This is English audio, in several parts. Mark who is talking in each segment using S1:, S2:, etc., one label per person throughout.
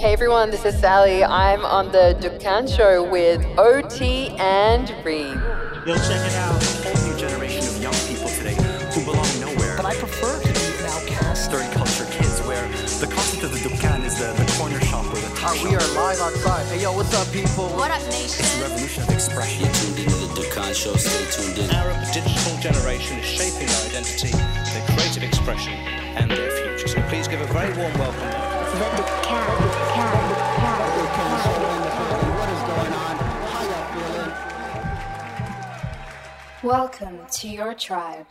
S1: Hey everyone, this is Sally. I'm on the Dukan Show with OT and Reed.
S2: Yo, check it out. A whole new generation of young people today who belong nowhere.
S3: But I prefer to be an outcast.
S2: Third culture kids where the concept of the Dukkan is the, the corner shop or the top
S4: Alright, we
S2: shop.
S4: are live outside. Hey, yo, what's up, people?
S5: What up, nation?
S2: It's a revolution of expression.
S6: You're tuned into the Dukan Show. Stay tuned in.
S7: Arab digital generation is shaping their identity, their creative expression, and their future. So please give a very warm welcome.
S8: Welcome to your tribe.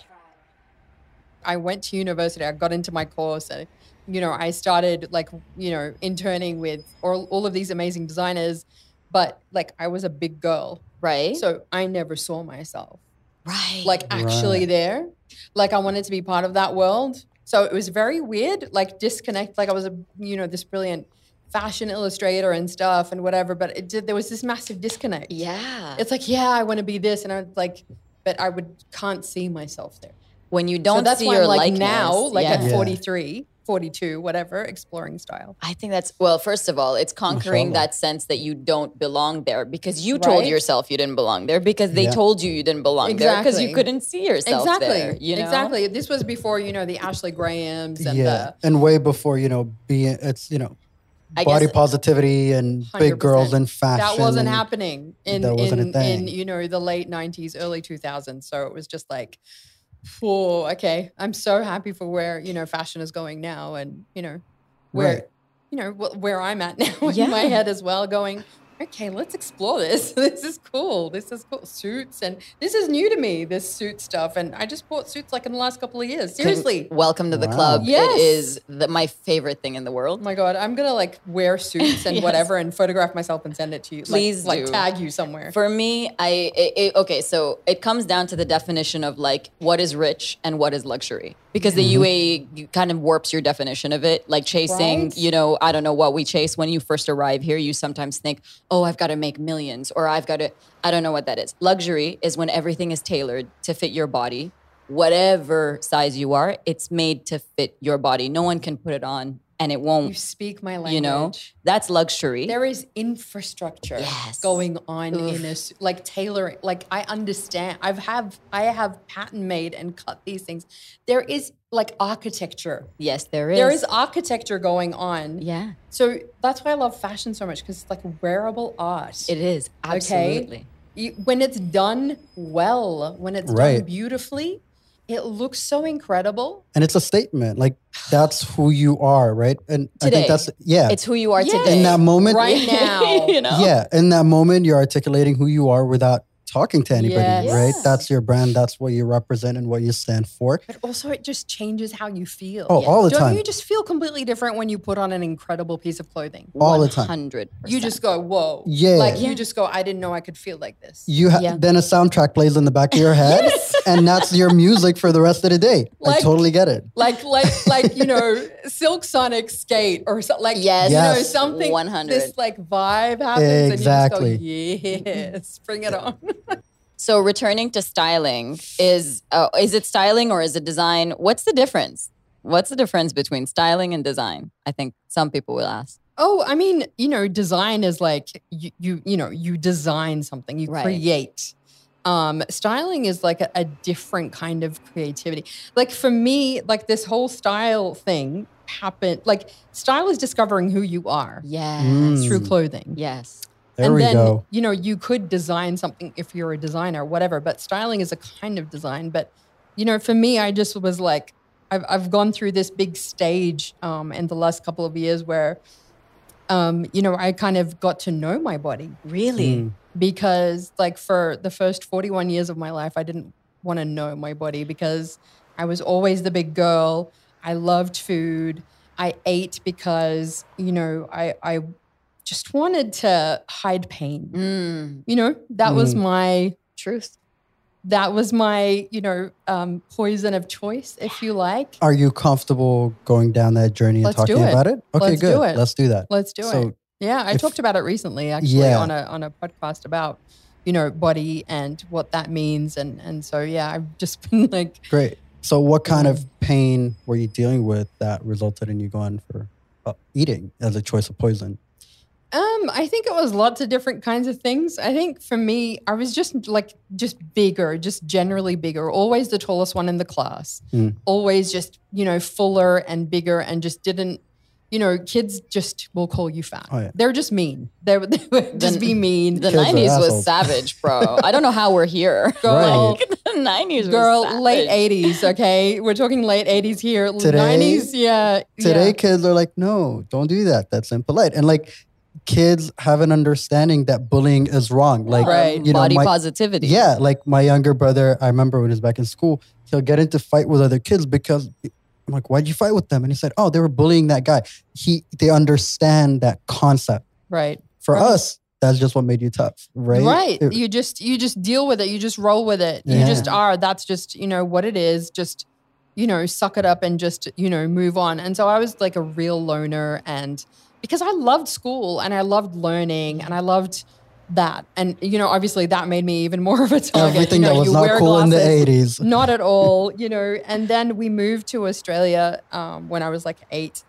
S1: I went to university, I got into my course, and you know, I started like, you know, interning with all, all of these amazing designers, but like I was a big girl.
S5: Right.
S1: So I never saw myself
S5: right.
S1: like actually there. Like I wanted to be part of that world. So it was very weird, like disconnect. Like I was a, you know, this brilliant fashion illustrator and stuff and whatever, but it did, there was this massive disconnect.
S5: yeah.
S1: It's like, yeah, I want to be this, and I was like, but I would can't see myself there.
S5: when you
S1: So
S5: don't
S1: that's
S5: see
S1: why
S5: your
S1: I'm like
S5: likeness.
S1: now, like
S5: yeah.
S1: at 43, 42, whatever, exploring style.
S5: I think that's well. First of all, it's conquering
S9: Mashallah.
S5: that sense that you don't belong there because you told
S1: Right.
S5: yourself you didn't belong there because they
S9: Yeah.
S5: told you you didn't belong there because you
S1: Exactly.
S5: couldn't see yourself
S1: Exactly.
S5: there. You know
S1: Exactly. This was before, you know, the Ashley Grahams and
S9: yeah, and way before you know being it's you know
S5: I
S9: body
S5: guess-
S9: positivity and big
S1: 100%.
S9: girls and
S1: the
S9: fashion.
S1: that wasn't
S9: and-
S1: happening in
S9: That wasn't a
S1: in, in
S9: thing.
S1: you know the late 90s, early 2000s. So it was just like, whoa, okay. I'm so happy for where you know fashion is going now, and you know where
S9: Right.
S1: you know wh- where I'm at now
S5: Yeah.
S1: in my head as well, going. Okay, let's explore this. This is cool. This is cool. Suits and this is new to me. This suit stuff, and I just bought suits like in the last couple of years.
S5: Couldn't-
S1: Seriously,
S5: welcome to the
S9: Wow.
S5: club.
S1: Yes.
S5: It is the, my favorite thing in the
S1: Oh
S5: world.
S1: my god, I'm gonna like wear suits and
S5: Yes.
S1: whatever and photograph myself and send it to you. Like-
S5: Please
S1: like,
S5: do.
S1: tag you somewhere.
S5: For me, I it, it- okay. So it comes down to the definition of like what is rich and what is luxury, because the UAE kind of warps your definition of it. Like chasing,
S1: Right.
S5: you know, I don't know what we chase when you first arrive here. You sometimes think, oh, I've got to make millions, or I've got to. I don't know what that is. Luxury is when everything is tailored to fit your body, whatever size you are. It's made to fit your body. No one can put it on, and it
S1: you
S5: won't.
S1: speak my language.
S5: You know, that's luxury.
S1: there is infrastructure
S5: Yes.
S1: going on in
S5: Oof.
S1: a s- like tailoring. Like I understand. I've have I have pattern made and cut these things. There is like architecture.
S5: yes, there is.
S1: There is architecture going on.
S5: Yeah,
S1: So that's why I love fashion so much because it's like wearable art.
S5: it is absolutely.
S1: you, when it's done well, when it's done
S9: Right.
S1: beautifully, it looks so incredible.
S9: and it's a statement. Like that's who you are, right? And I
S5: Today.
S9: think that's yeah.
S5: It's who you are
S1: Yes.
S5: today.
S9: in that moment,
S1: Right now.
S5: you know?
S9: yeah, in that moment, you're articulating who you are without talking to anybody,
S1: Yes.
S9: right?
S1: Yeah.
S9: That's your brand. That's what you represent and what you stand for.
S1: But also, it just changes how you feel.
S9: Oh, all the
S1: Don't
S9: time.
S1: you just feel completely different when you put on an incredible piece of clothing?
S9: All the time.
S5: 100%.
S1: You just go, whoa.
S9: Yeah.
S1: Like
S5: Yeah.
S1: you just go, I didn't know I could feel like this.
S9: You ha-
S5: Yeah.
S9: then a soundtrack plays in the back of your head, and that's your music for the rest of the day. I
S1: Like-
S9: totally get it.
S1: like like like you know, Silk Sonic skate or so, like
S5: Yes.
S1: you know
S9: Yes.
S1: something.
S5: 100.
S1: This like vibe happens
S9: Exactly.
S1: and you just go, yes, bring it on.
S5: So returning to styling is uh, is it styling or is it design? What's the difference? What's the difference between styling and design? I think some people will ask.
S1: Oh, I mean, you know, design is like you you, you know, you design something, you
S5: Right.
S1: create. Um, styling is like a, a different kind of creativity. Like for me, like this whole style thing happened. Like style is discovering who you are
S5: Yes.
S9: Mm.
S1: through clothing.
S5: Yes.
S9: There
S1: and
S9: we
S1: then,
S9: go.
S1: you know, you could design something if you're a designer, whatever, but styling is a kind of design. But, you know, for me, I just was like, I've, I've gone through this big stage um, in the last couple of years where, um, you know, I kind of got to know my body
S5: Really?
S9: Mm.
S1: because, like, for the first 41 years of my life, I didn't want to know my body because I was always the big girl. I loved food. I ate because, you know, I, I just wanted to hide pain
S5: Mm.
S1: you know that was
S9: Mm.
S1: my
S5: Truth.
S1: that was my you know um, poison of choice if you like
S9: Are you comfortable going down that journey and
S1: Let's do
S9: talking
S1: it.
S9: about it? Okay,
S1: Let's
S9: good.
S1: do it.
S9: Let's do that.
S1: let's do
S9: so
S1: it yeah i
S9: if-
S1: talked about it recently actually
S9: Yeah.
S1: on a on a podcast about you know body and what that means and and so yeah i've just been like Mm-hmm.
S9: great. So, what kind of pain were you dealing with that resulted in you going for uh, eating as a choice of poison?
S1: Um, I think it was lots of different kinds of things. I think for me, I was just like just bigger, just generally bigger, always the tallest one in the class.
S9: Mm.
S1: Always just, you know, fuller and bigger and just didn't you know, kids just will call you fat.
S9: Oh, yeah.
S1: They're just mean. They would, they would just be mean.
S5: The
S9: Kids are
S5: 90s was
S9: assholes.
S5: savage, bro. I don't know how we're here.
S1: Girl,
S5: Like, the 90s
S1: girl,
S5: was savage.
S1: late 80s, okay? We're talking late 80s here.
S9: Today-
S1: 90s, yeah.
S9: Today,
S1: yeah.
S9: kids are like, no, don't do that. That's impolite. And like, kids have an understanding that bullying is wrong. Like,
S5: right.
S9: Um, you know,
S5: Body
S9: my-
S5: positivity.
S9: yeah, like my younger brother, I remember when he was back in school, he'll get into fight with other kids because I'm like, why'd you fight with them? And he said, oh, they were bullying that guy. He, they understand that concept.
S1: Right.
S9: For
S1: Right.
S9: us, that's just what made you tough, right?
S1: Right.
S9: It-
S1: you just you just deal with it. You just roll with it. You
S9: Yeah.
S1: just are. That's just, you know, what it is. Just, you know, suck it up and just, you know, move on. And so I was like a real loner and because I loved school and I loved learning and I loved that. And you know, obviously that made me even more of a target.
S9: everything
S1: Oh, you know,
S9: that was
S1: you
S9: not
S1: wear
S9: cool in
S1: glasses.
S9: the 80s.
S1: Not at all, you know. And then we moved to Australia um, when I was like eight.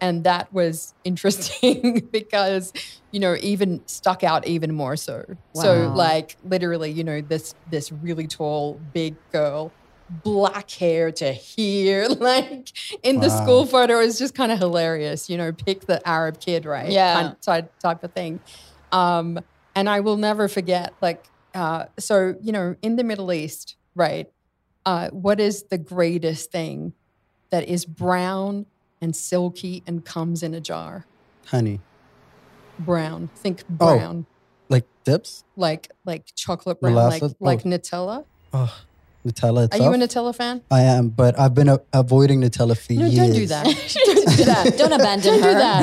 S1: And that was interesting because, you know, even stuck out even more so. So
S5: Wow.
S1: like literally, you know, this this really tall, big girl, black hair to here, like in the
S9: Wow.
S1: school photo is just kind of hilarious, you know, pick the Arab kid, right?
S5: Yeah.
S1: Kind- type, type of thing. Um, and I will never forget, like, uh, so, you know, in the Middle East, right? Uh, what is the greatest thing that is brown and silky and comes in a jar?
S9: Honey,
S1: Brown. Think
S9: Oh.
S1: brown.
S9: like dips?
S1: Like like chocolate brown, like
S9: Molasses? Oh.
S1: like Nutella.
S9: Oh, Nutella
S1: Are
S9: itself?
S1: you a Nutella fan?
S9: I am, but I've been a- avoiding Nutella for
S1: No,
S9: years.
S1: don't do that.
S5: don't do that. Don't abandon
S1: Don't do
S5: her.
S1: that.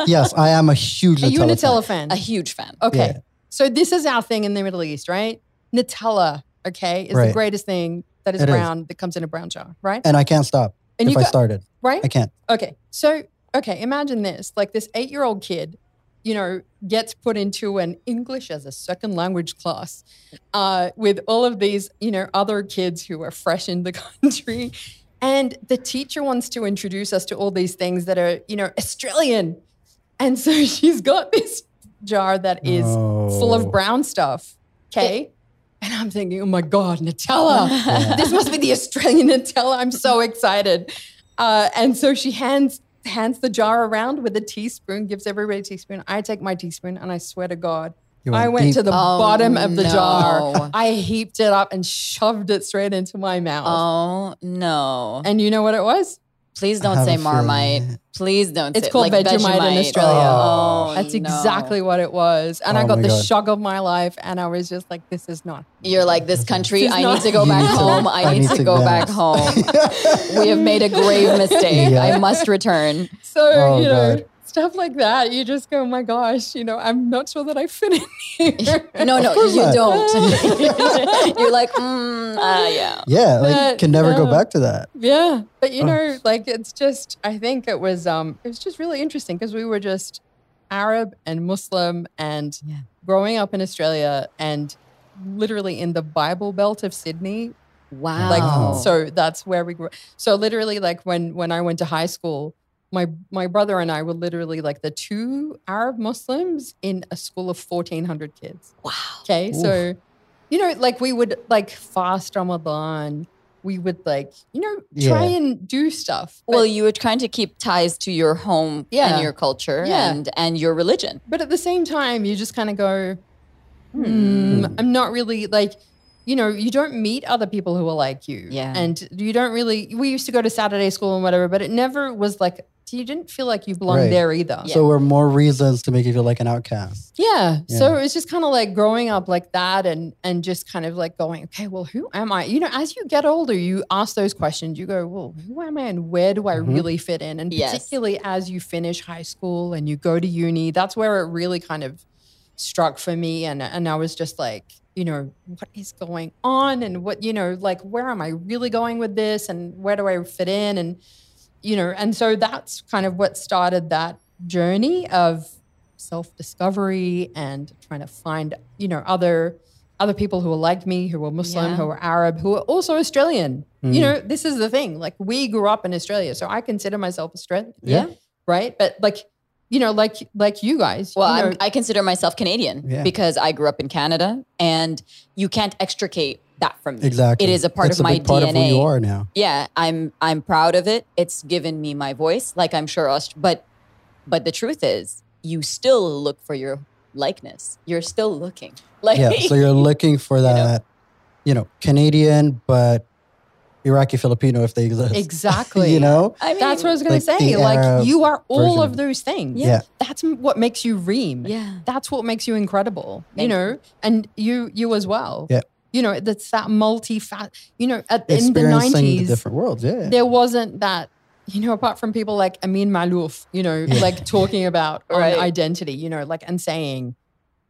S9: But yes, I am a huge
S1: Are
S9: Nutella.
S1: you a Nutella
S9: fan.
S1: fan?
S5: A huge fan.
S1: Okay.
S9: Yeah.
S1: So this is our thing in the Middle East, right? Nutella, okay, is the
S9: Right.
S1: greatest thing that is
S9: It is.
S1: brown that comes in a brown jar, right?
S9: And I can't stop
S1: And
S9: if
S1: you
S9: I
S1: got-
S9: started.
S1: right?
S9: I can't.
S1: Okay. So, okay, imagine this. Like this 8-year-old kid, you know, gets put into an English as a second language class uh, with all of these, you know, other kids who are fresh in the country. And the teacher wants to introduce us to all these things that are, you know, Australian. And so she's got this jar that is full
S9: Oh.
S1: of brown stuff. Okay. And I'm thinking, oh my God, Nutella. this must be the Australian Nutella. I'm so excited. Uh, and so she hands hands the jar around with a teaspoon, gives everybody a teaspoon. I take my teaspoon and I swear to God,
S9: You
S1: I went
S9: deep.
S1: to the
S5: Oh,
S1: bottom of the
S5: no.
S1: jar. I heaped it up and shoved it straight into my mouth.
S5: Oh no!
S1: And you know what it was?
S5: Please
S9: I
S5: don't
S9: have
S5: say
S9: a feeling.
S5: Marmite. Please don't.
S1: It's
S5: say,
S1: called
S5: like
S1: Vegemite in Australia.
S5: Oh,
S1: That's
S5: no.
S1: exactly what it was. And I
S9: Oh
S1: got
S9: my
S1: the
S9: God.
S1: shock of my life. And I was just like, this is not.
S5: You're like this country.
S1: She's
S5: I
S1: not-
S5: need to go
S9: You
S5: back
S9: need to-
S5: home. I need to go back home. We have made a grave mistake.
S9: Yeah.
S5: I must return.
S1: So,
S9: Oh,
S1: you know,
S9: God.
S1: stuff like that. You just go, oh my gosh, you know, I'm not sure that I fit in here.
S5: No, no,
S9: course
S5: you
S9: not.
S5: don't. You're like, mm, uh, yeah.
S9: yeah, like
S1: That-
S9: can never
S1: no.
S9: go back to that.
S1: Yeah, but you
S9: Oh.
S1: know, like it's just I think it was um it was just really interesting because we were just Arab and Muslim and
S5: Yeah.
S1: growing up in Australia and literally in the Bible Belt of Sydney.
S5: Wow.
S1: Like
S9: Wow.
S1: so that's where we grew. So literally like when when I went to high school, my my brother and I were literally like the two Arab Muslims in a school of 1400 kids.
S5: wow.
S1: Okay,
S9: Oof.
S1: so you know, like we would like fast Ramadan. We would like you know try
S9: Yeah.
S1: and do stuff. But,
S5: Well, you were trying to keep ties to your home
S1: Yeah.
S5: and your culture
S1: Yeah.
S5: and and your religion.
S1: but at the same time, you just kind of go, hmm,
S9: Mm.
S1: I'm not really like. You know, you don't meet other people who are like you.
S5: Yeah.
S1: And you don't really, we used to go to Saturday school and whatever, but it never was like, you didn't feel like you belonged
S9: Right.
S1: there either.
S9: So we're more reasons to make you feel like an outcast.
S1: Yeah. So
S9: Yeah.
S1: it's just kind of like growing up like that and and just kind of like going, okay, well, who am I? You know, as you get older, you ask those questions. You go, well, who am I and where do I
S9: Mhm.
S1: really fit in? And
S5: Yes.
S1: particularly as you finish high school and you go to uni, that's where it really kind of struck for me. And and I was just like, you know, what is going on? And what, you know, like where am I really going with this? And where do I fit in? And you know, and so that's kind of what started that journey of self discovery and trying to find, you know, other other people who are like me, who are Muslim,
S5: Yeah.
S1: who are Arab, who are also Australian. You
S9: Mhm.
S1: know, this is the thing. Like we grew up in Australia, so I consider myself Australian.
S9: Yeah.
S1: right? But like, you know, like like you guys.
S5: Well,
S1: you know,
S5: I'm, I consider myself Canadian
S9: Yeah.
S5: because I grew up in Canada, and you can't extricate that from me.
S9: Exactly.
S5: It is a part
S9: That's
S5: of my
S9: big part
S5: DNA.
S9: of who you are now.
S5: Yeah, I'm I'm proud of it. It's given me my voice, like I'm sure. Aust- but but the truth is, you still look for your likeness. You're still looking. Like
S9: Yeah. So you're looking for
S5: know.
S9: that, you know, Canadian but Iraqi Filipino if they exist.
S1: exactly.
S9: you know?
S5: I mean,
S1: That's what I was gonna
S9: Like the
S1: say. Like
S9: Arab
S1: you are all
S9: version.
S1: of those things.
S9: Yeah.
S1: That's m- what makes you Reem.
S5: Yeah.
S1: That's what makes you incredible. you
S5: Thank
S1: know, and you you as well.
S9: Yeah.
S1: You know, that's that multi fat. You know, at, in the
S9: Experiencing
S1: nineties,
S9: different worlds. Yeah.
S1: there wasn't that, you know, apart from people like Amin Malouf, you know,
S9: Yeah.
S1: like talking about on
S5: Right.
S1: identity, you know, like and saying,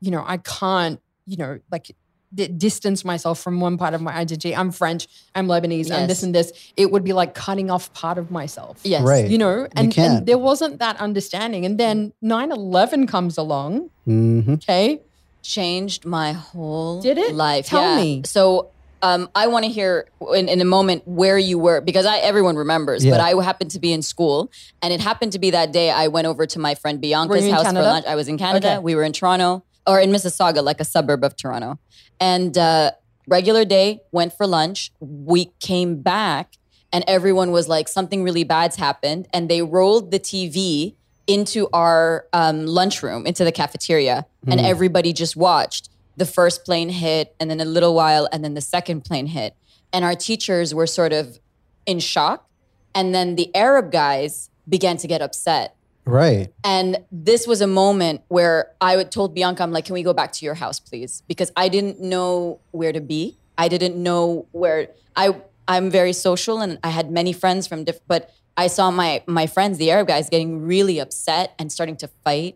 S1: you know, I can't, you know, like d- distance myself from one part of my identity. I'm French, I'm Lebanese, I'm this
S5: Yes.
S1: and this. It would be like cutting off part of myself.
S5: Yes.
S9: Right.
S1: You know, and,
S9: can't.
S1: and there wasn't that understanding. And then 9 11 comes along.
S9: hmm
S1: Okay.
S5: changed my whole
S1: Did it?
S5: life.
S1: Tell
S5: Yeah.
S1: me.
S5: So um, I want to hear in, in a moment where you were because I everyone remembers, but
S9: Yeah.
S5: I happened to be in school, and it happened to be that day I went over to my friend
S1: Were
S5: Bianca's
S1: you in
S5: house for
S1: Canada?
S5: lunch. I was in Canada.
S1: Okay.
S5: We were in Toronto or in Mississauga, like a suburb of Toronto, and uh, regular day went for lunch. We came back, and everyone was like, "Something really bad's happened," and they rolled the TV into our um, lunchroom, into the cafeteria, and
S9: Mm.
S5: everybody just watched. The first plane hit, and then a little while, and then the second plane hit. And our teachers were sort of in shock. And then the Arab guys began to get upset.
S9: Right.
S5: And this was a moment where I would told Bianca, I'm like, can we go back to your house, please? Because I didn't know where to be. I didn't know where I I'm very social and I had many friends from different but I saw my my friends, the Arab guys, getting really upset and starting to fight.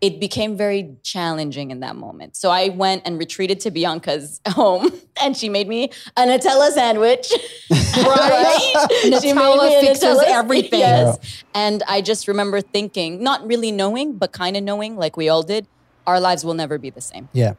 S5: It became very challenging in that moment. So I went and retreated to Bianca's home and she made me a Nutella sandwich.
S1: Right.
S5: She made
S1: Nutella
S5: me a
S1: fixes everything.
S5: Yes. And I just remember thinking, not really knowing, but kind of knowing, like we all did, our lives will never be the same.
S9: Yeah.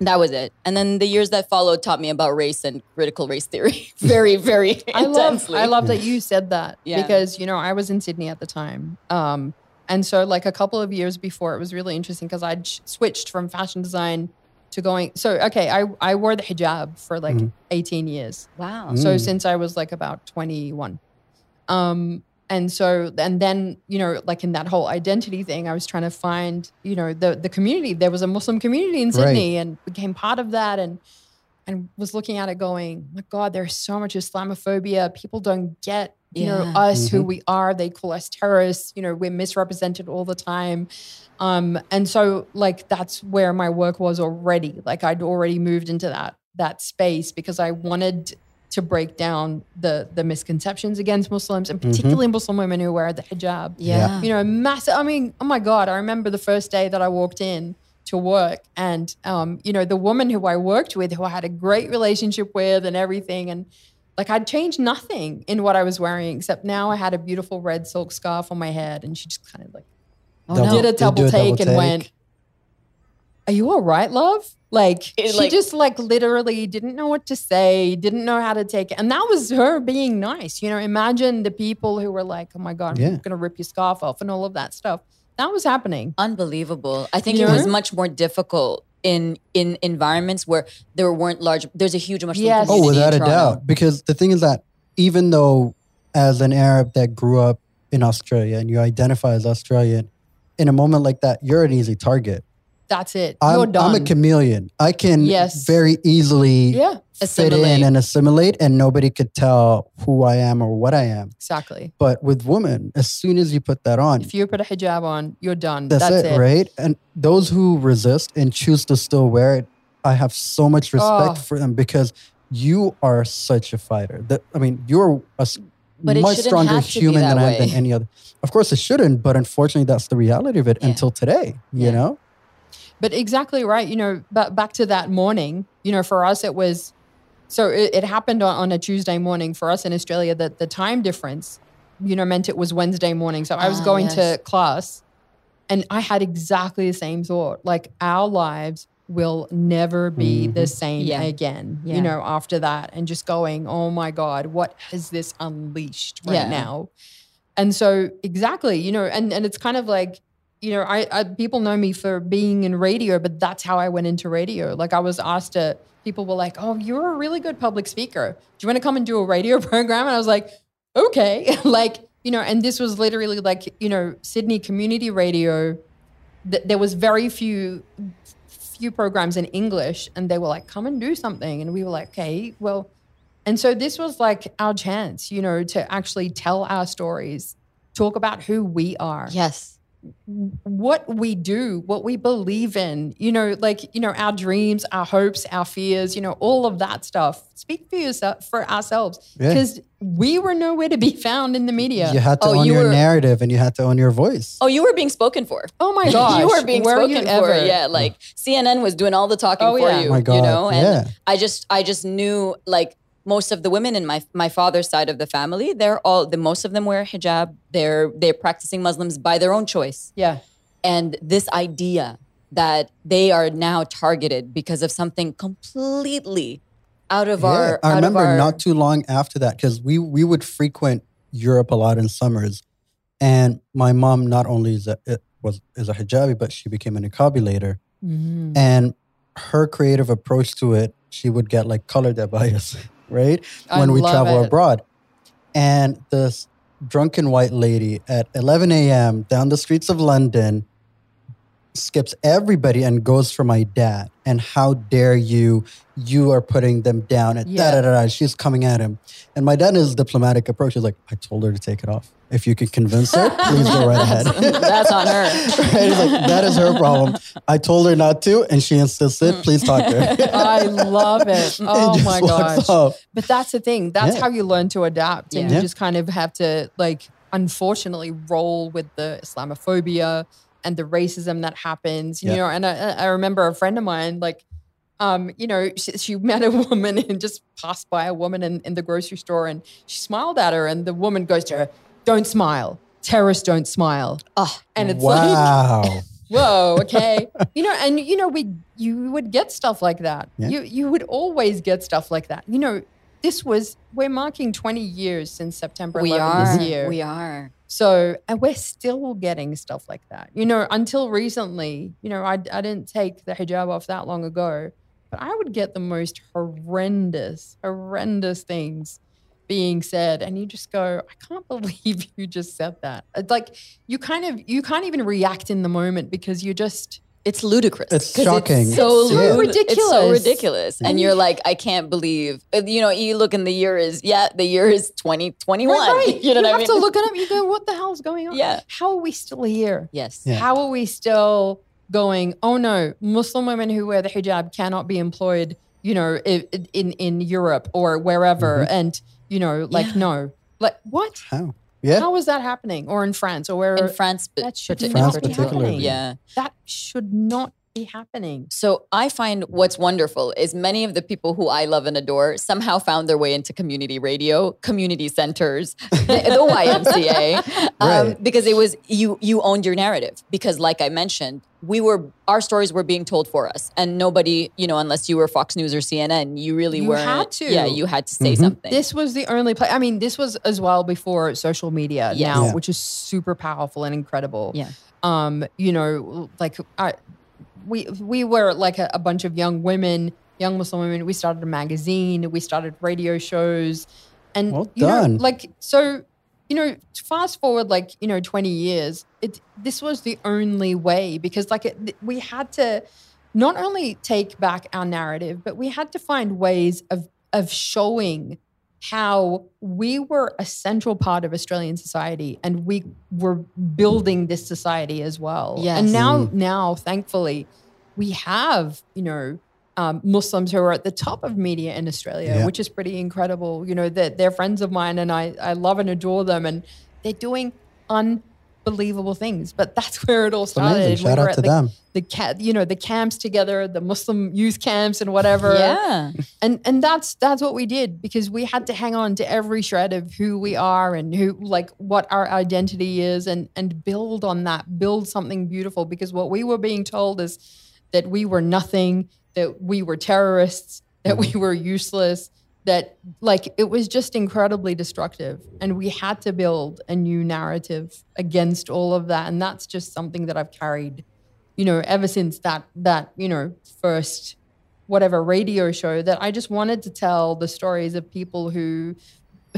S5: That was it. And then the years that followed taught me about race and critical race theory very, very
S1: I love,
S5: intensely.
S1: I love that you said that
S5: Yeah.
S1: because you know I was in Sydney at the time, um, and so like a couple of years before, it was really interesting because I'd sh- switched from fashion design to going. So okay, I I wore the hijab for like
S9: Mhm.
S1: eighteen years.
S5: Wow.
S9: Mm.
S1: So since I was like about twenty one, um, and so and then you know like in that whole identity thing, I was trying to find you know the the community. There was a Muslim community in
S9: Right.
S1: Sydney, and became part of that, and and was looking at it going, my God, there's so much Islamophobia. People don't get, you
S5: Yeah.
S1: know, us
S9: Mm-hmm.
S1: who we are. They call us terrorists. You know, we're misrepresented all the time. Um, and so like that's where my work was already. Like I'd already moved into that that space because I wanted to break down the the misconceptions against Muslims and
S9: Mhm.
S1: particularly Muslim women who wear the hijab
S5: Yeah.
S1: you know, massive. I mean, oh my God, I remember the first day that I walked in to work and, um, you know, the woman who I worked with, who I had a great relationship with and everything. And like, I'd changed nothing in what I was wearing, except now I had a beautiful red silk scarf on my head. And she just kind of like
S5: Oh,
S9: Double-
S5: no.
S1: did a
S9: They do
S1: double
S9: a
S1: take
S9: double
S1: and
S9: take.
S1: went, are you all right, love? Like
S5: It,
S1: she
S5: like-
S1: just like literally didn't know what to say, didn't know how to take it. And that was her being nice. You know, imagine the people who were like, Oh my God,
S9: Yeah.
S1: I'm gonna rip your scarf off and all of that stuff. That was happening.
S5: Unbelievable. I think it
S1: Yeah.
S5: was much more difficult in in environments where there weren't large there's a huge Muslim
S1: Yes.
S5: community.
S9: Oh, without
S5: in
S9: a
S5: Toronto.
S9: doubt. Because the thing is that even though, as an Arab that grew up in Australia and you identify as Australian, in a moment like that, you're an easy target.
S1: That's it. You're
S9: I'm,
S1: done.
S9: I'm a chameleon. I can
S1: Yes.
S9: very easily
S1: yeah,
S9: fit
S5: Assimilate.
S9: in and assimilate, and nobody could tell who I am or what I am.
S1: exactly.
S9: But with women, as soon as you put that on,
S1: If you put a hijab on, you're done.
S9: that's,
S1: That's,
S9: it, right? And those who resist and choose to still wear it, I have so much respect
S1: Oh.
S9: for them because you are such a fighter. That I mean, you're a s-
S5: But it
S9: much
S5: shouldn't
S9: stronger
S5: have to be
S9: human
S5: that
S9: than I am than
S5: way.
S9: any other. Of course, it shouldn't, but unfortunately, that's the reality of it
S5: Yeah.
S9: until today. You
S5: Yeah.
S9: know,
S1: But exactly right. You know, but back to that morning, you know, for us, it was so it, it happened on, on a Tuesday morning for us in Australia that the time difference, you know, meant it was Wednesday morning. So I was
S5: Ah,
S1: going
S5: yes.
S1: to class and I had exactly the same thought like, our lives will never be the same
S5: Mm-hmm. Yeah.
S1: again,
S5: Yeah.
S1: you know, after that. And just going, oh my God, what has this unleashed right
S5: Yeah.
S1: now? And so exactly, you know, and and it's kind of like, you know, I, I people know me for being in radio, but that's how I went into radio. Like I was asked to people were like, "Oh, you're a really good public speaker. Do you want to come and do a radio program?" And I was like, "Okay." like, you know, and this was literally like, you know, Sydney community radio th- there was very few few programs in English and they were like come and do something and we were like okay well and so this was like our chance you know to actually tell our stories talk about who we are
S5: Yes.
S1: what we do what we believe in you know like you know our dreams our hopes our fears you know all of that stuff speak for yourself for ourselves
S9: Yeah.
S1: because we were nowhere to be found in the media
S9: You had to
S5: Oh,
S9: own
S5: you
S9: your
S5: were-
S9: narrative and you had to own your voice.
S5: Oh, you were being spoken for.
S1: oh my gosh
S5: you were being
S1: were
S5: spoken
S1: you
S5: for.
S1: ever
S5: Yeah, like CNN was doing all the talking
S1: Oh,
S5: for
S1: yeah.
S5: you.
S9: Oh my
S5: You
S9: God,
S5: know, and
S9: yeah.
S5: I just I just knew like most of the women in my my father's side of the family, they're all the most of them wear hijab. They're they're practicing Muslims by their own choice.
S1: yeah
S5: And this idea that they are now targeted because of something completely out of
S9: Yeah,
S5: our
S9: I
S5: out
S9: remember
S5: of our,
S9: not too long after that because we we would frequent Europe a lot in summers, and my mom not only is a it was is a hijabi, but she became a niqabi later,
S5: Mm-hmm.
S1: Mhm.
S9: and her creative approach to it, she would get like color bias, right?
S1: I
S9: when we
S1: love
S9: travel
S1: it.
S9: abroad, and this drunken white lady at 11 a.m. down the streets of London skips everybody and goes for my dad. And how dare you? You are putting them down. And
S1: Yeah.
S9: da, da, da, da. She's coming at him. And my dad is diplomatic approach. He's like, I told her to take it off. If you can convince her, please go right ahead.
S5: That's on her.
S9: Right? He's like, that is her problem. I told her not to, and she insisted. Please talk to her.
S1: Mm. I love it.
S9: And
S1: Oh
S9: just
S1: my
S9: walks
S1: gosh.
S9: off.
S1: But that's the thing. That's
S9: Yeah.
S1: how you learn to adapt. And
S9: Yeah.
S1: you just kind of have to, like, unfortunately, roll with the Islamophobia and the racism that happens, you
S9: Yeah.
S1: know. And I, I remember a friend of mine, like, um, you know, she, she met a woman and just passed by a woman in, in the grocery store and she smiled at her. And the woman goes to her, Don't smile. Terrorists don't smile.
S5: Oh,
S1: And it's like,
S9: Ah. wow.
S1: whoa okay you know and you know we you would get stuff like that
S9: Yeah.
S1: you you would always get stuff like that you know this was we're marking 20 years since september
S5: we
S1: 11
S5: are.
S1: this year
S5: We are.
S1: so and we're still getting stuff like that you know until recently you know i, I didn't take the hijab off that long ago but i would get the most horrendous horrendous things being said and you just go i can't believe you just said that it's like you kind of you can't even react in the moment because you're just
S5: It's ludicrous.
S9: It's
S5: 'Cause
S9: shocking.
S5: so
S1: It's so
S5: lud- It's so
S1: ridiculous.
S5: ridiculous. And you're like, I can't believe. uh, You know, you look and the year is yeah, the year is 2021.
S1: Right, right.
S5: You know what
S1: have
S5: I mean?
S1: to look it up. You go, what the hell's going on?
S5: Yeah.
S1: How are we still here?
S5: Yes.
S9: Yeah.
S1: How are we still going? Oh no, Muslim women who wear the hijab cannot be employed. You know, i- i- in in Europe or wherever, and you know, like
S5: Yeah.
S1: no, like what?
S9: How? Yeah.
S1: How is that happening? Or in France or wherever?
S5: In France, but
S1: that should
S5: partic-
S1: not
S9: France
S1: be
S9: particularly.
S1: happening.
S5: Yeah.
S1: That should not be happening.
S5: So I find what's wonderful is many of the people who I love and adore somehow found their way into community radio, community centers, the, the YMCA, um,
S9: Right.
S5: because it was you you owned your narrative. Because like I mentioned, we were our stories were being told for us, and nobody, you know, unless you were Fox News or CNN, you really
S1: You
S5: weren't.
S1: had to.
S5: Yeah, you had to say
S9: Mhm.
S5: something.
S1: This was the only place. I mean, this was as well before social media
S5: Yes.
S1: now,
S9: Yeah.
S1: which is super powerful and incredible.
S5: Yeah.
S1: Um, you know, like I, we we were like a, a bunch of young women, young Muslim women. We started a magazine. We started radio shows, and
S9: Well
S1: you know,
S9: done.
S1: like so, you know, fast forward like you know twenty years. It this was the only way because like it, we had to not only take back our narrative, but we had to find ways of of showing how we were a central part of Australian society and we were building this society as well.
S5: Yes.
S1: And now
S9: Mm.
S1: now thankfully we have, you know, um, Muslims who are at the top of media in Australia,
S9: Yeah.
S1: which is pretty incredible. You know, they're, they're friends of mine and I, I love and adore them and they're doing unbelievable things. But that's where it all
S9: It's amazing.
S1: started.
S9: Shout
S1: were
S9: out
S1: at
S9: to
S1: the,
S9: them.
S1: the ca- you know the camps together, the Muslim youth camps and whatever.
S5: yeah,
S1: And and that's that's what we did because we had to hang on to every shred of who we are and who like what our identity is and and build on that, build something beautiful because what we were being told is that we were nothing, that we were terrorists, that we were useless, that like it was just incredibly destructive and we had to build a new narrative against all of that and that's just something that I've carried you know ever since that that you know first whatever radio show that I just wanted to tell the stories of people who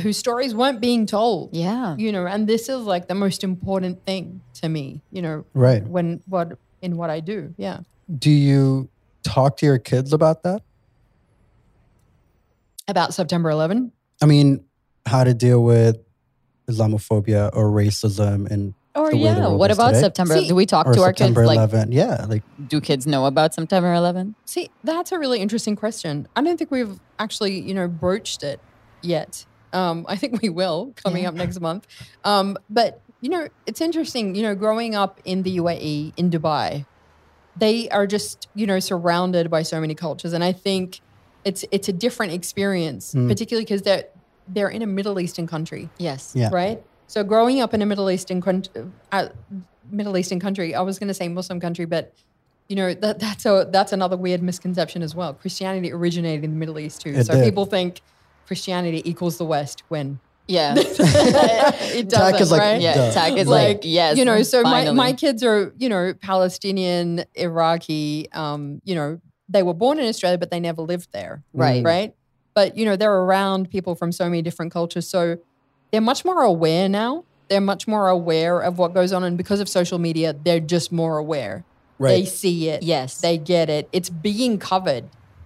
S1: whose stories weren't being told
S5: Yeah.
S1: you know and this is like the most important thing to me you know
S9: Right.
S1: when what in what I do yeah
S9: Do you talk to your kids about that?
S1: about September 11
S9: I mean, how to deal with Islamophobia or racism and
S5: Or
S9: the way the
S5: Oh, yeah,
S9: world
S5: what
S9: is
S5: about
S9: today?
S5: September?
S1: See-
S5: Do we talk
S9: or
S5: to our kids?
S9: September
S5: Like,
S9: 11. yeah, like
S5: do kids know about September 11?
S1: See, that's a really interesting question. I don't think we've actually, you know, broached it yet. Um, I think we will coming
S5: Yeah.
S1: up next month. Um, but you know, it's interesting. You know, growing up in the UAE in Dubai, they are just you know surrounded by so many cultures, and I think it's it's a different experience,
S9: Mm.
S1: particularly because they're they're in a Middle Eastern country
S5: Yes.
S9: Yeah.
S1: right? So growing up in a Middle Eastern country, uh, Middle Eastern country, I was going to say Muslim country, but you know that, that's a that's another weird misconception as well. Christianity originated in the Middle East too,
S9: It
S1: so
S9: did.
S1: people think Christianity equals the West when
S5: Yeah.
S1: it doesn't,
S9: Tack is like,
S1: right?
S5: yeah.
S9: Duh.
S5: Tag is
S1: Like,
S5: like, yes.
S1: you know, so my,
S5: finally.
S1: my kids are, you know, Palestinian, Iraqi, um, you know, they were born in Australia, but they never lived there.
S9: Mm.
S5: Right.
S1: Right. But, you know, they're around people from so many different cultures. So they're much more aware now. They're much more aware of what goes on. And because of social media, they're just more aware. They
S9: right.
S1: see it.
S5: yes.
S1: They get it. It's being covered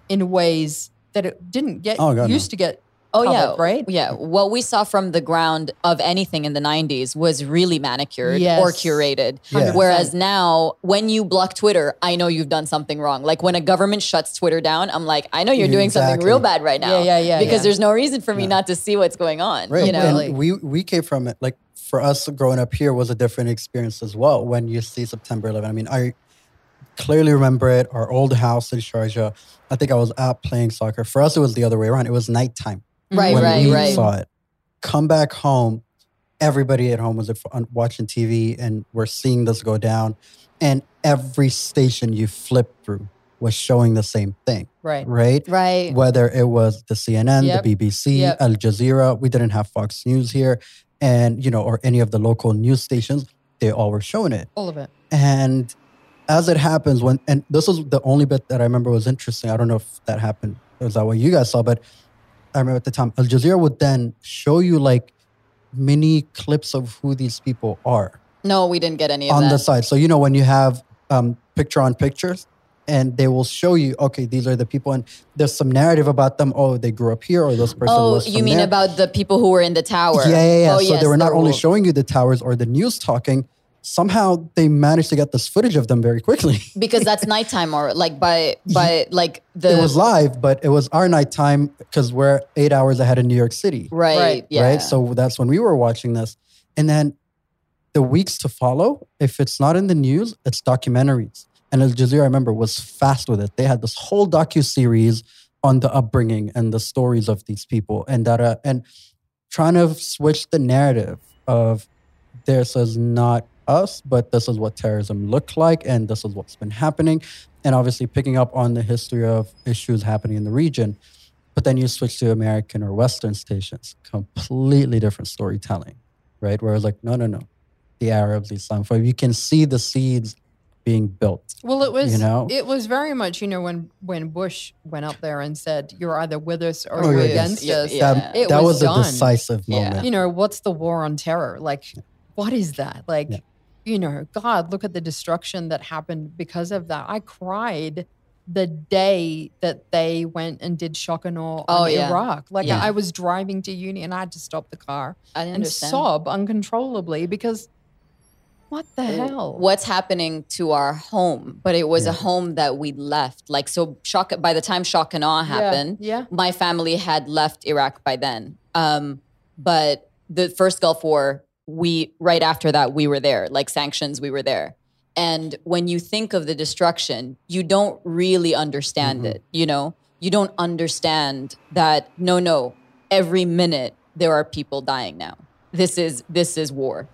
S1: in ways that it didn't get
S9: Oh, God, no.
S1: used to get.
S5: Oh yeah,
S1: covered, right?
S5: Yeah,
S9: Mm.
S5: what we saw from the ground of anything in the '90s was really manicured
S1: Yes.
S5: or curated.
S9: Yeah.
S5: Whereas now, when you block Twitter, I know you've done something wrong. Like when a government shuts Twitter down, I'm like, I know you're doing something
S9: Exactly.
S5: real bad right now.
S1: Yeah, yeah, yeah,
S5: Because
S1: yeah.
S5: there's no reason for me not to see what's going on.
S9: Right.
S5: You know,
S1: Completely.
S9: and we we came from it. Like for us growing up here was a different experience as well. When you see September 11, I mean, I clearly remember it. Our old house in Sharjah. I think I was out playing soccer. For us, it was the other way around. It was nighttime
S5: Right,
S9: when
S5: right,
S9: we
S5: right.
S9: saw it. Come back home. Everybody at home was at- on- watching TV, and we're seeing this go down. And every station you flipped through was showing the same thing,
S1: Right.
S9: right?
S5: right?
S9: whether it was the CNN,
S1: Yep.
S9: the BBC,
S1: Yep.
S9: Al Jazeera, we didn't have Fox News here, and you know, or any of the local news stations, they all were showing it.
S1: All of it.
S9: And as it happens, when and this was the only bit that I remember was interesting. I don't know if that happened. Was that what you guys saw? But I remember at the time, Al Jazeera would then show you like mini clips of who these people are
S5: No, we didn't get any of
S9: on
S5: that.
S9: the side. So you know when you have um, picture on pictures, and they will show you, okay, these are the people, and there's some narrative about them. Oh, they grew up here, or this person.
S5: oh,
S9: was
S5: you
S9: from
S5: mean
S9: there.
S5: about the people who were in the tower?
S9: Yeah, yeah, yeah.
S5: Oh,
S9: so
S5: yes,
S9: they were not
S5: the-
S9: only showing you the towers or the news talking. Somehow they managed to get this footage of them very quickly.
S5: because that's nighttime or like by by like the
S9: it was live, but it was our nighttime because we're eight hours ahead of New York City.
S5: right,
S1: Right,
S5: yeah.
S9: right? So that's when we were watching this. And then the weeks to follow, if it's not in the news, it's documentaries. And Al Jazeera, I remember, was fast with it. They had this whole docu series on the upbringing and the stories of these people, and that uh, and trying to switch the narrative of this is not us, but this is what terrorism looked like, and this is what's been happening, and obviously picking up on the history of issues happening in the region. But then you switch to American or Western stations, completely different storytelling, right? Where it's like, no, no, no, the Arabs, the Islamophobia. You can see the seeds being built.
S1: Well, it was
S9: you know?
S1: it was very much you know when when Bush went up there and said you're either with us or
S9: Oh,
S1: you're
S9: yeah,
S1: against
S5: yeah,
S1: us.
S5: yeah.
S9: That,
S1: It
S9: that
S1: was
S9: was,
S1: done.
S9: a decisive
S5: Yeah.
S9: moment.
S1: You know what's the war on terror like? What is that like?
S9: Yeah.
S1: You know, God, look at the destruction that happened because of that. I cried the day that they went and did shock and awe
S5: Oh,
S1: on
S5: yeah.
S1: Iraq. Like
S5: Yeah.
S1: I was driving to uni and I had to stop the car
S5: I didn't
S1: and
S5: understand.
S1: sob uncontrollably because what the hell?
S5: what's happening to our home but it was a
S9: Yeah.
S5: home that we left like so shock by the time shock and awe
S1: Yeah,
S5: happened
S1: Yeah.
S5: my family had left iraq by then um, but the first gulf war we right after that we were there like sanctions we were there and when you think of the destruction you don't really understand
S9: Mhm.
S5: it you know you don't understand that no no every minute there are people dying now this is this is war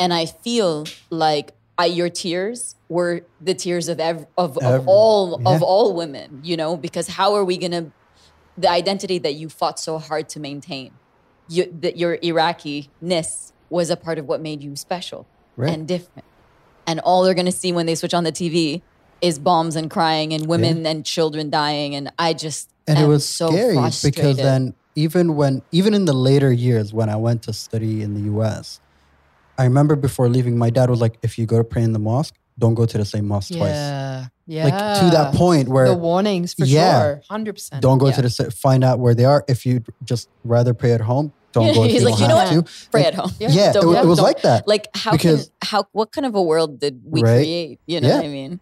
S5: and i feel like I, your tears were the tears of ev- of, of
S9: Every-
S5: all
S9: yeah.
S5: of all women you know because how are we going to the identity that you fought so hard to maintain. You, that your Iraqi ness was a part of what made you special
S9: Right.
S5: and different. And all they're going to see when they switch on the TV is bombs and crying and women and children dying. And I just
S9: and it
S5: am
S9: was
S5: so
S9: scary because
S5: frustrated.
S9: then even when even in the later years when i went to study in the us i remember before leaving my dad was like if you go to pray in the mosque don't go to the same mosque twice
S1: Yeah. Yeah.
S9: like to that point where
S1: the warnings for
S9: Yeah.
S1: sure. 100%.
S9: don't go
S5: yeah.
S9: to the sa- find out where they are if you'd just rather pray at home don't go if
S5: He's
S9: you
S5: like,
S9: don't
S5: you know
S9: have
S5: what?
S9: to
S5: Pray
S9: Like,
S5: at home.
S9: yeah, it,
S5: Don't-
S9: wa- it was
S5: don't-
S9: like that
S5: Like how
S9: Because-
S5: can how what kind of a world did we
S9: Right?
S5: create? You know
S9: Yeah.
S5: what I mean?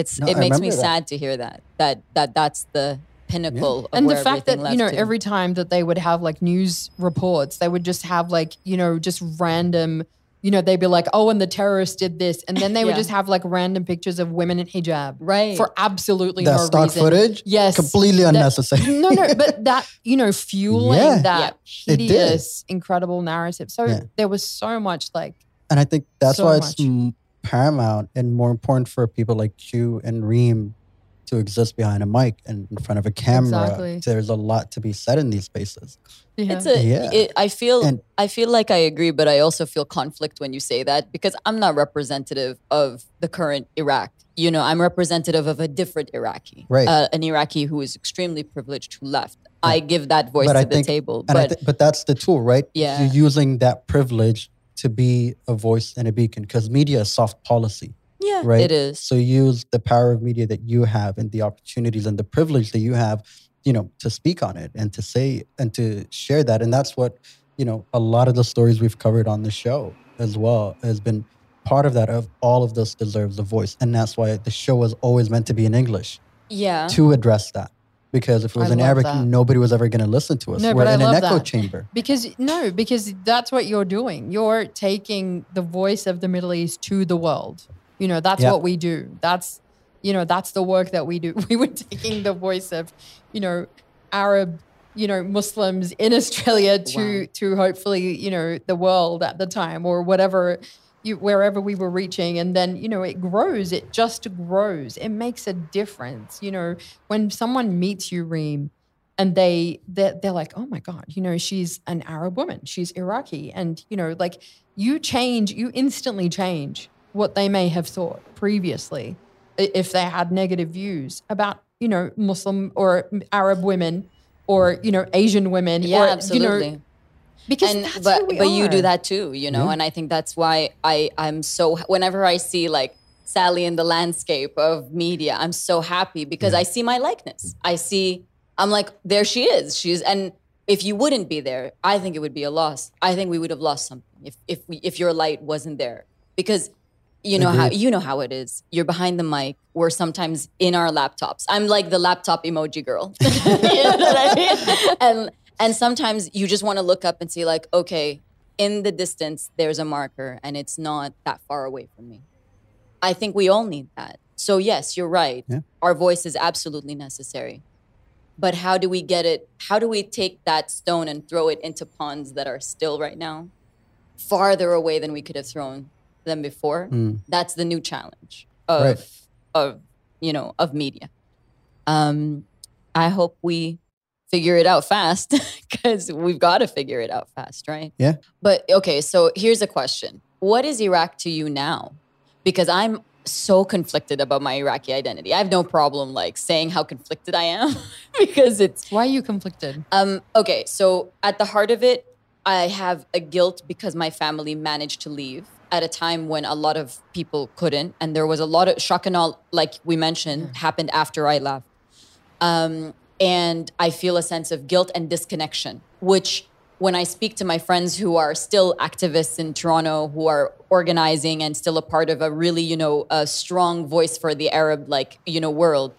S5: It's
S9: No,
S5: it
S9: I
S5: makes me
S9: remember that.
S5: sad to hear that that that that's the pinnacle. Of
S1: and the
S5: where
S1: fact that
S5: everything
S1: you know
S5: left to.
S1: every time that they would have like news reports they would just have like you know just random you know they'd be like oh and the terrorists did this and then they would
S5: Yeah.
S1: just have like random pictures of women in hijab
S5: right
S1: for absolutely
S9: that
S1: no
S9: stock
S1: reason
S9: footage
S1: yes
S9: completely
S1: That-
S9: unnecessary
S1: no no but that you know fueling
S9: Yeah.
S1: that
S9: It did.
S1: hideous incredible narrative so
S9: Yeah.
S1: there was so much like
S9: And I think that's
S1: So
S9: why it's
S1: much.
S9: m- paramount and more important for people like you and Reem to exist behind a mic and in front of a camera.
S1: Exactly.
S9: There's a lot to be said in these spaces.
S1: yeah.
S5: It's a.
S9: Yeah.
S5: It, I feel.
S9: And-
S5: I feel like I agree, but I also feel conflict when you say that because I'm not representative of the current Iraq. You know, I'm representative of a different Iraqi,
S9: Right.
S5: Uh, an Iraqi who is extremely privileged who left. I give that voice
S9: But
S5: to
S9: I
S5: the
S9: think-
S5: table,
S9: And
S5: but
S9: I th- but that's the tool, right?
S5: Yeah.
S9: You're using that privilege to be a voice and a beacon because media is soft policy,
S5: yeah,
S9: right?
S5: it is.
S9: So use the power of media that you have and the opportunities and the privilege that you have, you know, to speak on it and to say and to share that. And that's what, you know, a lot of the stories we've covered on the show as well has been part of that of all of this deserves a voice. And that's why the show was always meant to be in English
S5: Yeah,
S9: to address that. Because if it was
S1: I
S9: in
S1: love
S9: Arabic,
S1: that.
S9: nobody was ever going to listen to us.
S1: No,
S9: We're
S1: but I
S9: in an
S1: love
S9: echo
S1: that.
S9: chamber.
S1: Because no, because that's what you're doing. You're taking the voice of the Middle East to the world. You know, that's
S9: Yeah.
S1: what we do. That's you know, that's the work that we do. We were taking the voice of, you know, Arab, you know, Muslims in Australia to
S5: Wow.
S1: to hopefully, you know, the world at the time or whatever you, wherever we were reaching and then you know it grows it just grows it makes a difference you know when someone meets you reem and they they're, they're like oh my god you know she's an arab woman she's iraqi and you know like you change you instantly change what they may have thought previously i- if they had negative views about you know muslim or arab women or you know asian women
S5: yeah,
S1: or,
S5: absolutely.
S1: you know because
S5: and
S1: that's
S5: but
S1: who we
S5: but you do
S1: are.
S5: that too you know
S9: Yeah.
S5: and i think that's why i i'm so whenever i see like sally in the landscape of media i'm so happy because i see my likeness i see i'm like there she is she's and if you wouldn't be there i think it would be a loss i think we would have lost something if if we if your light wasn't there because you know how
S9: Agreed.
S5: you know how it is you're behind the mic we're sometimes in our laptops i'm like the laptop emoji girl you know what I mean? and and sometimes you just want to look up and see like okay in the distance there's a marker and it's not that far away from me i think we all need that so yes you're right
S9: Yeah.
S5: our voice is absolutely necessary but how do we get it how do we take that stone and throw it into ponds that are still right now farther away than we could have thrown them before
S9: Mm.
S5: that's the new challenge of
S9: Right.
S5: of you know of media um i hope we figure it out fast because we've got to figure it out fast right
S9: Yeah.
S5: but okay so here's a question what is iraq to you now because i'm so conflicted about my iraqi identity i have no problem like saying how conflicted i am because it's
S1: why are you conflicted
S5: um, okay, so at the heart of it, I have a guilt because my family managed to leave at a time when a lot of people couldn't, and there was a lot of shock and all, like we mentioned, happened after I left. Um, and I feel a sense of guilt and disconnection, which when I speak to my friends who are still activists in Toronto, who are organizing and still a part of a really, you know, a strong voice for the Arab, like, you know, world,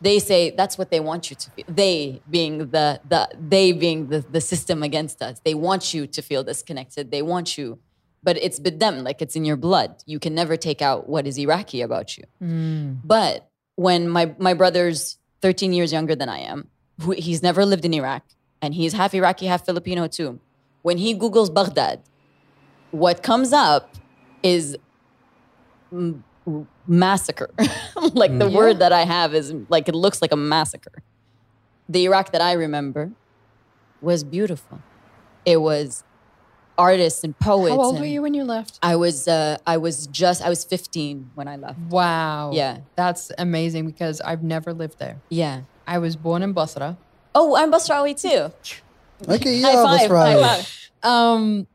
S5: they say that's what they want you to feel. They being the the they being the, the system against us. They want you to feel disconnected. They want you, but it's with them, like it's in your blood. You can never take out what is Iraqi about you. Hmm. But when my my brother's 13 years younger than I am, who he's never lived in Iraq, and he's half Iraqi, half Filipino too. When he Googles Baghdad, what comes up is m- massacre. like the
S1: Mm. Yeah.
S5: word that I have is like it looks like a massacre. the Iraq that I remember was beautiful. It was artists and poets.
S1: How old
S5: and
S1: were you when you left?
S5: I was uh, I was just I was 15 when I left.
S1: Wow.
S5: Yeah.
S1: That's amazing because I've never lived there.
S5: Yeah.
S1: I was born in Basra.
S5: Oh, I'm Basrawi too.
S9: Okay, yeah,
S5: high
S9: that's
S5: five. High
S9: right.
S5: five.
S1: Um,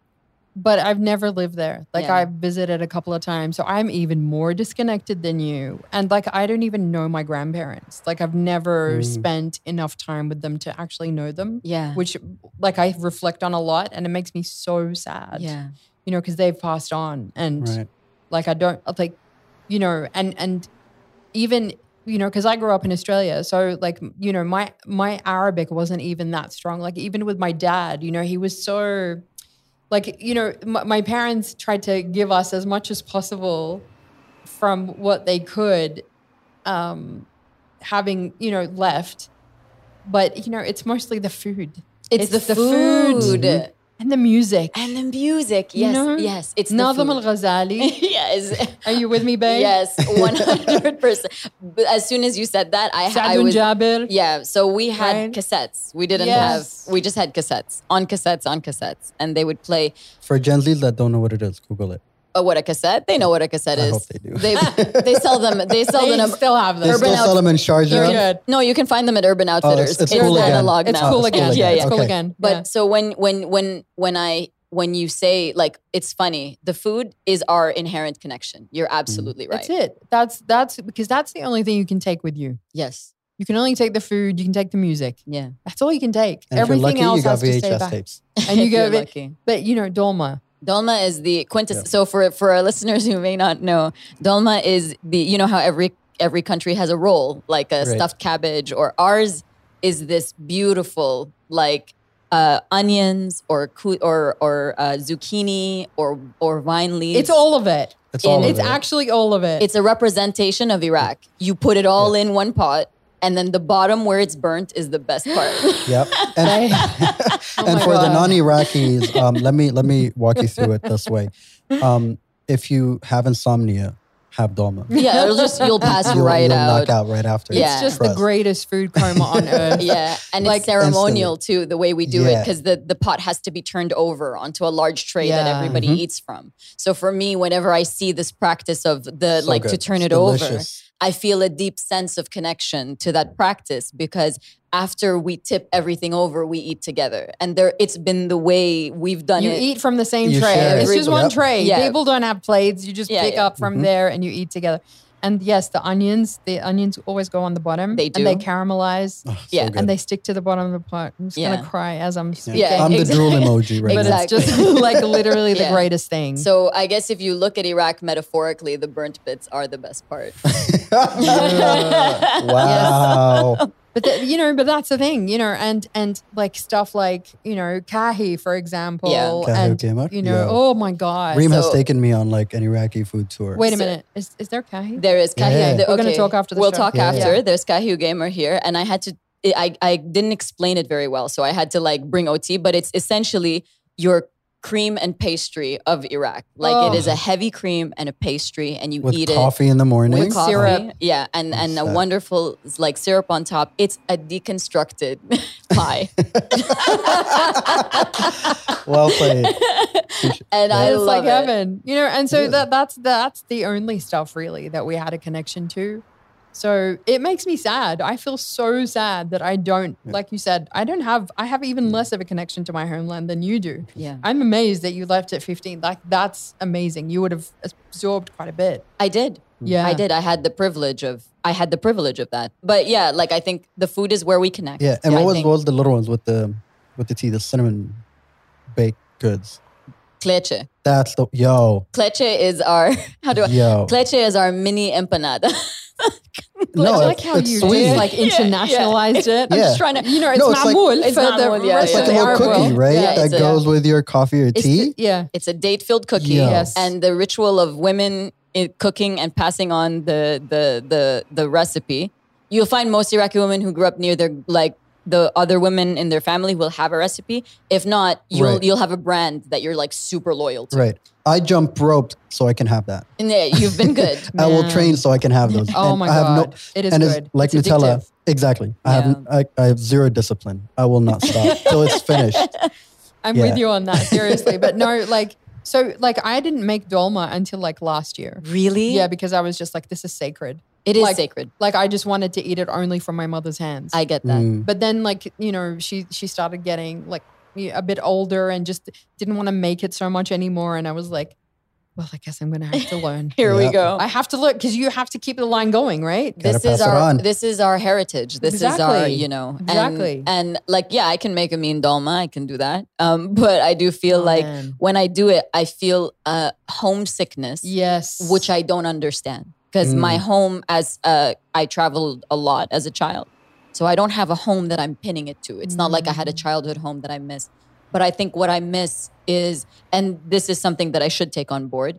S1: but I've never lived there. Like
S5: Yeah.
S1: I've visited a couple of times, so I'm even more disconnected than you. And like I don't even know my grandparents. Like I've never
S9: Mm.
S1: spent enough time with them to actually know them,
S5: Hmm. Yeah.
S1: which like I reflect on a lot, and it makes me so sad.
S5: Yeah.
S1: you know, because they've passed on, and
S9: Right.
S1: like I don't like, you know, and and even you know because i grew up in australia so like m- you know my my arabic wasn't even that strong like even with my dad you know he was so like you know my, my parents tried to give us as much as possible from what they could um having you know left but you know it's mostly the food
S5: It's,
S1: It's
S5: the,
S1: the food.
S5: food
S9: Mhm.
S1: and the music
S5: and the music.
S1: You
S5: Yes.
S1: know?
S5: Yes. It's
S1: Nazim
S5: the food.
S1: al-Ghazali
S5: yes.
S1: are you with me babe
S5: Yes, one hundred percent. But as soon as you said that, I, I
S1: Sadun
S5: was
S1: Jabir
S5: yeah. So we had
S1: Right?
S5: cassettes. We didn't
S1: Yes.
S5: have. We just had cassettes on cassettes on cassettes, and they would play.
S9: For Gen Zs that don't know what it is, Google it.
S5: Oh, what a cassette! They know what a cassette
S9: I
S5: is.
S9: hope they do.
S5: They they sell them. They sell
S1: they
S5: them.
S1: still have
S9: They
S1: them
S9: still
S5: Urban
S9: sell them in Sharjah.
S1: Good.
S5: No, you can find them at Urban Outfitters.
S9: Oh, it's cool again.
S5: catalog
S1: It's
S5: now.
S1: cool
S9: It's
S1: again.
S5: Yeah, yeah.
S1: It's cool
S9: Okay.
S1: again.
S5: But so when when when when I when you say like it's funny, the food is our inherent connection. You're
S9: Mm-hmm.
S5: absolutely
S1: yeah.
S5: right.
S1: that's it. That's that's because that's the only thing you can take with you.
S5: Yes.
S1: You can only take the food. You can take the music.
S5: Yeah.
S1: That's all you can take.
S9: And if you're
S1: Everything
S9: lucky,
S1: else
S9: you
S1: has
S9: got
S1: to stay
S9: VHS
S1: back.
S9: tapes.
S1: And you
S5: If you're
S1: go, but,
S5: lucky.
S1: but you know, dolma.
S5: Dolma is the quintess.
S9: Yeah.
S5: So for for our listeners who may not know, dolma is the you know how every every country has a roll like a
S9: Right.
S5: stuffed cabbage, or ours is this beautiful like uh, onions or cu- or or uh, zucchini or or vine leaves.
S1: It's all of it.
S9: It's all of
S1: It's
S9: it.
S1: actually all of it.
S5: it's a representation of Iraq. You put it all in one pot, and then the bottom where it's burnt is the best part.
S9: Yep.
S1: Right?
S9: And, and
S1: Oh my
S9: for the
S1: God.
S9: non-Iraqis, um, let me let me walk you through it this way. Um, if you have insomnia, have dolma.
S5: yeah, it'll just you'll pass
S9: You'll,
S5: right
S9: you'll
S5: out.
S9: knock out right after.
S5: It's
S1: It's just the
S9: Trust.
S1: greatest food coma on earth.
S5: Yeah, and
S1: Like-
S5: it's ceremonial too, the way we do it,
S9: Yeah.
S5: because the, the pot has to be turned over onto a large tray that
S1: Yeah.
S5: everybody
S9: Mm-hmm.
S5: eats from. So for me, whenever I see this practice of the
S9: So
S5: like to
S9: good.
S5: turn
S9: It's
S5: it over,
S9: delicious.
S5: I feel a deep sense of connection to that practice because after we tip everything over, we eat together, and there it's been the way we've done
S1: You
S5: it.
S1: eat from the same
S9: You
S1: tray.
S9: share
S1: It's
S5: it.
S1: just one
S9: Yep.
S1: tray.
S5: Yeah.
S1: People don't have plates. You just
S5: Yeah,
S1: pick
S5: yeah.
S1: up from
S9: Mhm.
S1: there and you eat together. And yes, the onions, the onions always go on the bottom.
S5: They
S1: And they
S5: do.
S1: caramelize.
S9: Oh, so
S5: Yeah,
S9: good.
S1: and they stick to the bottom of the pot. I'm just
S5: Yeah.
S1: gonna cry as I'm speaking.
S5: Yeah,
S9: I'm the drool emoji right
S1: But
S9: now.
S5: Exactly.
S1: it's just like literally the
S5: Yeah.
S1: greatest thing.
S5: Mm-hmm. So I guess if you look at Iraq metaphorically, the burnt bits are the best part.
S9: wow.
S1: but the, you know, but that's the thing, you know, and and like stuff like you know kahi for example,
S9: Kahi
S1: and
S9: Gamer?
S1: you know,
S9: Yeah.
S1: oh my god.
S9: Reem has
S5: So-
S9: taken me on like an Iraqi food tour.
S1: Wait a
S5: So-
S1: minute, is is there kahi?
S5: There is Kahi.
S9: Yeah.
S5: the-
S1: We're gonna
S5: okay,
S1: talk after the
S5: We'll
S1: show.
S5: talk
S9: Yeah.
S5: after.
S1: Yeah.
S5: There's Kahi Gamer here, and I had to. I I didn't explain it very well, so I had to like bring OT. But it's essentially your cream and pastry of Iraq. Like
S1: Oh.
S5: it is a heavy cream and a pastry, and you
S9: With
S5: eat it
S9: coffee in the morning.
S5: with coffee.
S1: syrup.
S5: Yeah, and
S9: What's
S5: and a
S9: that?
S5: wonderful like syrup on top. It's a deconstructed pie,
S9: Well played.
S5: and I
S1: it's
S5: love
S1: like
S5: it.
S1: heaven, you know. And so
S9: Yeah.
S1: that that's that's the only stuff really that we had a connection to. So it makes me sad. I feel so sad that I don't,
S9: Yeah. Mm.
S1: like you said, I don't have. I have even less of a connection to my homeland than you do.
S5: Yeah,
S1: I'm amazed that you left at 15. Like that's amazing. You would have absorbed quite a bit.
S5: I did.
S9: Mm.
S1: Yeah,
S5: I did. I had the privilege of. I had the privilege of that. But yeah, like I think the food is where we connect.
S9: Yeah, and
S5: I
S9: what was
S5: think.
S9: what was the little ones with the with the tea, the cinnamon baked goods?
S5: Kleche.
S9: That's the yo
S5: Kleche is our how do I
S9: yo.
S5: Kleche is our mini empanada.
S1: Like, I
S9: no,
S1: like
S9: it's,
S1: how
S9: it's
S1: you
S9: sweet.
S1: just like
S5: Yeah, yeah.
S1: internationalized it.
S9: I'm just
S1: trying to, you know, it's
S9: No, it's like-
S1: mamul
S5: It's
S1: for
S5: mamul,
S1: the
S5: yeah,
S1: rest
S9: it's
S5: yeah.
S1: of
S9: like
S1: the
S9: a little
S1: Arab
S9: cookie,
S1: world.
S9: right?
S5: Yeah,
S9: that
S5: it's a-
S9: goes with your coffee or
S5: It's
S9: tea.
S1: Yeah,
S5: It's a date filled cookie,
S9: Yo.
S1: Yes.
S5: and the ritual of women in cooking and passing on the the the the recipe. You'll find most Iraqi women who grew up near their like the other women in their family will have a recipe. If not, you'll
S9: Right.
S5: you'll have a brand that you're like super loyal to.
S9: Right. I jump rope so I can have that.
S5: And yeah, you've been good.
S9: I will
S1: Man.
S9: train so I can have those.
S1: Oh
S9: And
S1: my
S9: I have no-
S1: god, it is
S9: and
S1: good.
S9: it's like
S1: It's
S9: Nutella.
S1: addictive.
S9: Exactly. I have I, I have zero discipline. I will not stop till it's finished.
S1: I'm
S9: Yeah.
S1: with you on that, seriously. but no, like, so like I didn't make dolma until like last year.
S5: Really?
S1: Yeah, because I was just like, this is sacred.
S5: It is
S1: like-
S5: sacred.
S1: Like I just wanted to eat it only from my mother's hands.
S5: I get that.
S9: Mm.
S1: but then like you know she she started getting like y- a bit older and just didn't want to make it so much anymore. And I was like, well, I guess I'm gonna have to learn.
S5: Here
S9: Yeah.
S5: we go.
S1: I have to look because you have to keep the line going, right?
S5: this
S9: Gotta
S5: is
S9: pass it
S5: our
S9: on.
S5: this is our heritage. This is our
S1: Exactly.
S5: you know and-
S1: Exactly.
S5: And, like yeah, I can make a mean dolma. I can do that. Um, but I do feel
S1: Oh,
S5: like
S1: man.
S5: when I do it, I feel uh homesickness,
S1: yes,
S5: which I don't understand because my
S9: Mm.
S5: home as uh I traveled a lot as a child, so I don't have a home that I'm pinning it to. It's not like I had a
S9: Mm.
S5: childhood home that I miss. But I think what I miss is, and this is something that I should take on board.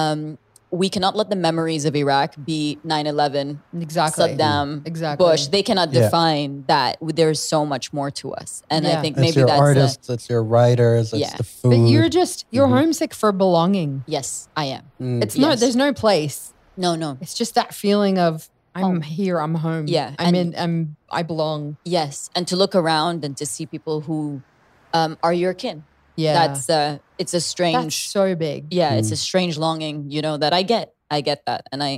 S5: Um, we cannot let the memories of Iraq be 9 11,
S1: exactly
S5: Saddam,
S1: exactly
S5: Bush. They cannot
S9: Yeah.
S5: define that. There's so much more to us, and I
S1: Yeah.
S5: think
S9: It's
S5: maybe
S9: your
S5: that's the-
S9: artists, it's your writers, it's
S5: Yeah.
S9: the food.
S1: But you're just you're
S9: Mhm.
S1: homesick for belonging.
S5: yes, I am.
S9: Mm.
S1: It's no
S5: Yes.
S1: there's no place.
S5: No, no,
S1: It's just that feeling of I'm
S5: Home.
S1: here, I'm home.
S5: Yeah,
S1: I'm
S5: and-
S1: in I'm I belong.
S5: yes, and to look around and to see people who um, are your kin.
S1: Yeah.
S5: That's uh, it's a
S1: that's
S5: strange.
S1: so big.
S5: yeah, it's a
S9: Hmm.
S5: strange longing, you know, that I get. I get that, and I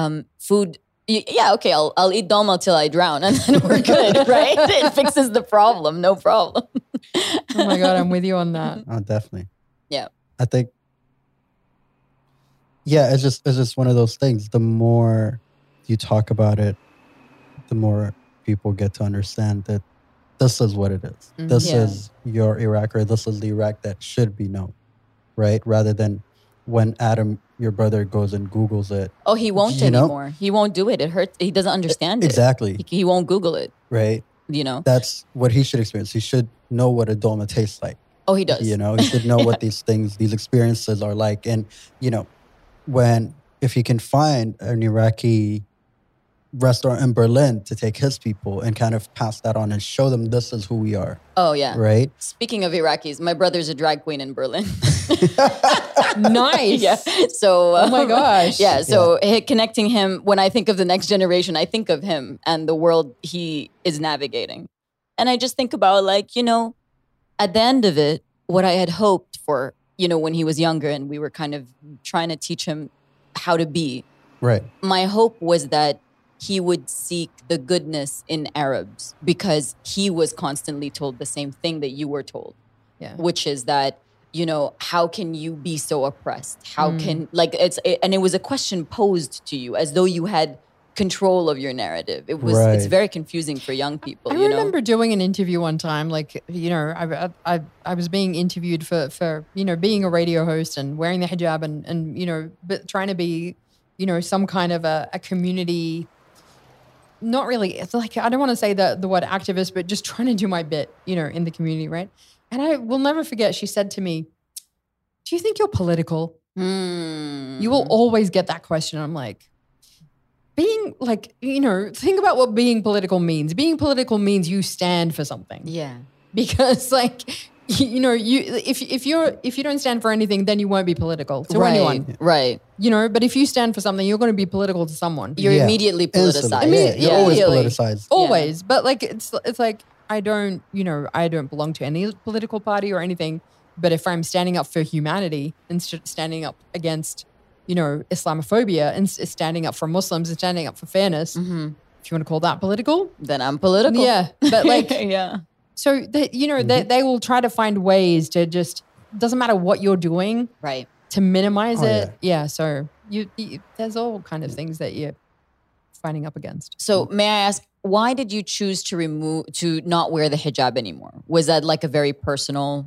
S5: um, food. y- Yeah, okay, I'll I'll eat dolma till I drown, and then we're good, right? it fixes the problem, no problem.
S1: Oh my god, I'm with you on that.
S9: Oh, definitely.
S5: Yeah.
S9: I think. Yeah, it's just it's just one of those things. The more you talk about it, the more people get to understand that this is what it is.
S1: Mm,
S9: This
S5: Mm-hmm. yeah.
S9: is your Iraq, or this is the Iraq that should be known, right? Rather than when Adam, your brother, goes and Googles it.
S5: Oh, he won't
S9: You know?
S5: anymore. He won't do it. It hurts. He doesn't understand it.
S9: Exactly,
S5: He, he won't Google it.
S9: right?
S5: You know.
S9: That's what he should experience. He should know what a dolma tastes like.
S5: Oh, he does.
S9: You know, you should know
S5: Yeah.
S9: what these things, these experiences are like. And, you know, when, if he can find an Iraqi restaurant in Berlin to take his people and kind of pass that on and show them this is who we are,
S5: Oh yeah.
S9: right?
S5: Speaking of Iraqis, my brother's a drag queen in Berlin.
S1: nice.
S5: yeah. So.
S1: Oh my
S5: um,
S1: gosh.
S5: Yeah. So hi- connecting him. When I think of the next generation, I think of him and the world he is navigating, and I just think about like you know, at the end of it, what I had hoped for. You know, when he was younger and we were kind of trying to teach him how to be
S9: Right.
S5: my hope was that he would seek the goodness in Arabs because he was constantly told the same thing that you were told,
S1: Yeah.
S5: which is that you know how can you be so oppressed? How
S1: Mm.
S5: can like it's it, and it was a question posed to you as though you had control of your narrative. It was it's
S9: Right.
S5: very confusing for young people.
S1: I
S5: you
S1: remember
S5: know?
S1: doing an interview one time, like you know, I, I- I I was being interviewed for for you know being a radio host and wearing the hijab and and you know, but trying to be, you know, some kind of a, a community. Not really. It's like I don't want to say the the word activist, but just trying to do my bit, you know, in the community, right? And I will never forget. She said to me, "Do you think you're political?"
S5: Hmm.
S1: you will always get that question. I'm like, being like, you know, think about what being political means. Being political means you stand for something
S5: yeah
S1: because, like, you, you know, you if if you're if you don't stand for anything, then you won't be political to
S5: right,
S1: anyone,
S5: right.
S1: you know. But if you stand for something, you're going to be political to someone
S5: You're
S9: Yeah.
S5: immediately
S9: Instantly.
S5: politicized.
S9: Yeah, you're always politicized.
S1: always. But like, it's it's like I don't, you know, I don't belong to any political party or anything. But if I'm standing up for humanity and st- standing up against, you know, Islamophobia and s- standing up for Muslims and standing up for fairness,
S9: Mm-hmm.
S5: Mhm.
S1: if you want to call that political,
S5: Then I'm political.
S1: yeah. But like,
S5: yeah.
S1: so that you know, they, they will try to find ways to just doesn't matter what you're doing
S5: Right.
S1: to minimize
S9: Oh,
S1: it. Yeah. So you, you, there's all kind of things that you're fighting up against.
S5: So may I ask, why did you choose to remove to not wear the hijab anymore? Was that like a very personal?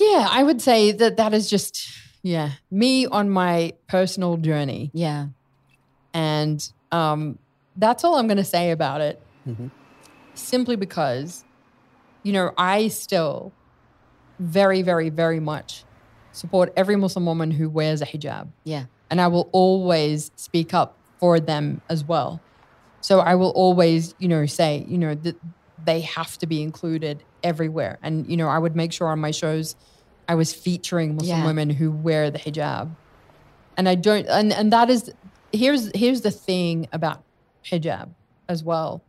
S1: Yeah, I would say that that is just yeah me on my personal journey,
S5: Yeah.
S1: and um, that's all I'm going to say about it.
S9: Mhm.
S1: Simply because, you know, I still very, very, very much support every Muslim woman who wears a hijab.
S5: Yeah.
S1: and I will always speak up for them as well. So I will always, you know, say, you know, that they have to be included everywhere. And, you know, I would make sure on my shows I was featuring Muslim
S5: Yeah.
S1: women who wear the hijab. And I don't and and that is here's here's the thing about hijab. as well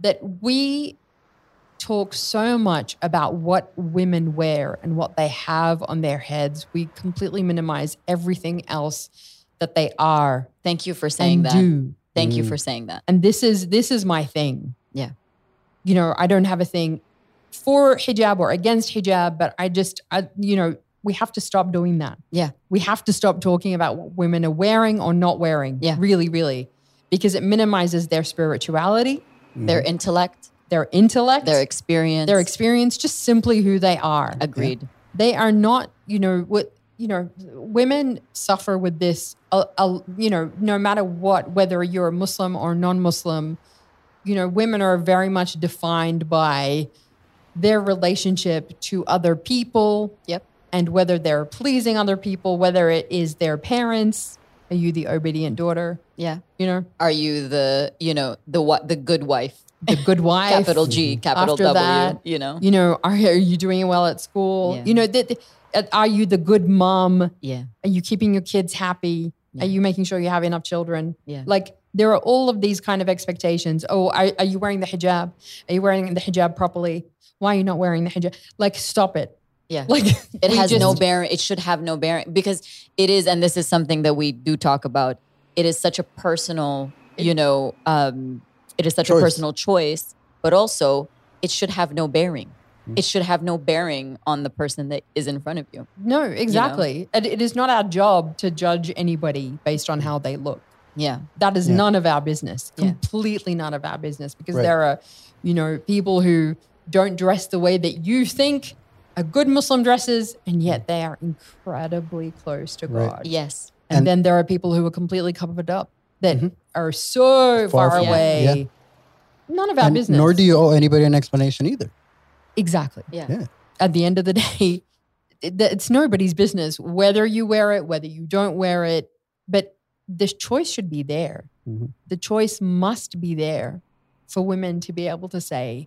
S1: that we talk so much about what women wear and what they have on their heads. We completely minimize everything else that they are
S5: Thank you for saying
S1: and
S5: that.
S1: do. Mm-hmm.
S5: Thank you
S9: Mm.
S5: for saying that.
S1: And this is this is my thing.
S5: Yeah.
S1: You know, I don't have a thing for hijab or against hijab, but I just I you know, we have to stop doing that.
S5: Yeah.
S1: We have to stop talking about what women are wearing or not wearing.
S5: Yeah.
S1: Really, really. Because it minimizes their spirituality, Mm-hmm.
S5: Their intellect,
S1: their intellect,
S5: their experience.
S1: their experience, just simply who they are.
S5: Agreed.
S1: They are not, you know, what you know. Women suffer with this, uh, uh, you know, no matter what, whether you're a Muslim or non-Muslim. You know, women are very much defined by their relationship to other people.
S5: Yep.
S1: And whether they're pleasing other people, whether it is their parents. Are you the obedient daughter?
S5: Yeah.
S1: You know,
S5: Are you the, you know, the what the good wife?
S1: the good wife.
S5: Capital G, capital
S1: After
S5: W,
S1: that,
S5: you know?
S1: you know, are, are you doing well at school?
S5: Yeah.
S1: You know, that that- are you the good mom? Are
S5: Yeah.
S1: you keeping your kids happy?
S5: Yeah.
S1: Are you making sure you have enough children?
S5: Yeah.
S1: Like there are all of these kind of expectations. Oh, are, are you wearing the hijab? Are you wearing the hijab properly? Why are you not wearing the hijab? Like, stop it.
S5: Yeah.
S1: Like
S5: It
S1: we
S5: has no
S1: just-
S5: bearing. It should have no bearing because it is, and this is something that we do talk about. It is such a personal, you know, um, it is such
S9: Choice.
S5: a personal choice, but also it should have no bearing.
S1: Mm.
S5: It should have no bearing on the person that is in front of you.
S1: No, exactly. And it is not our job to judge anybody based on how they look.
S5: Yeah.
S1: That is
S9: Yeah.
S1: none of our business.
S5: Yeah.
S1: Completely none of our business because
S9: Right.
S1: there are, you know, people who don't dress the way that you think a good Muslim dresses, and yet they are incredibly close to
S9: Mm. Right.
S1: God.
S5: Yes.
S1: And,
S9: And-
S1: then there are people who are completely covered up that
S9: Mhm.
S1: are so far,
S9: Far
S5: from-
S1: away.
S9: Yeah.
S1: None of our
S9: And
S1: business.
S9: nor do you owe anybody an explanation either.
S1: exactly.
S5: Yeah.
S9: Yeah.
S1: At the end of the day, it- it's nobody's business whether you wear it, whether you don't wear it. But this choice should be there.
S9: Mhm.
S1: the choice must be there for women to be able to say,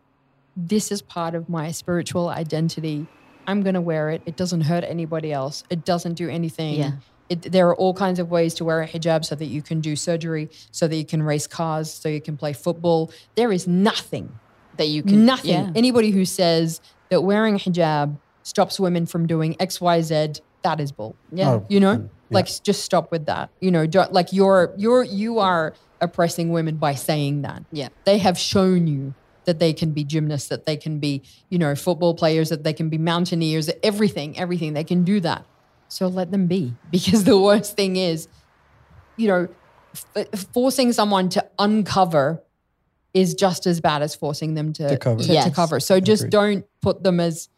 S1: this is part of my spiritual identity. I'm going to wear it. It doesn't hurt anybody else. It doesn't do anything.
S5: Yeah.
S1: It, there are all kinds of ways to wear a hijab so that you can do surgery, so that you can race cars, so you can play football. There is nothing,
S5: That you can.
S1: nothing.
S5: Yeah.
S1: Anybody who says that wearing a hijab stops women from doing X, Y, Z, that is bull
S5: Yeah.
S9: Oh,
S1: you know
S9: Mm, yeah.
S1: like s- just stop with that you know don't, like you're you're you are oppressing women by saying that
S5: Yeah.
S1: they have shown you that they can be gymnasts that they can be you know football players that they can be mountaineers everything everything they can do that so let them be because the worst thing is you know f- forcing someone to uncover is just as bad as forcing them to
S9: To cover.
S1: to,
S5: Yes.
S1: cover so just
S9: Agreed.
S1: don't put them as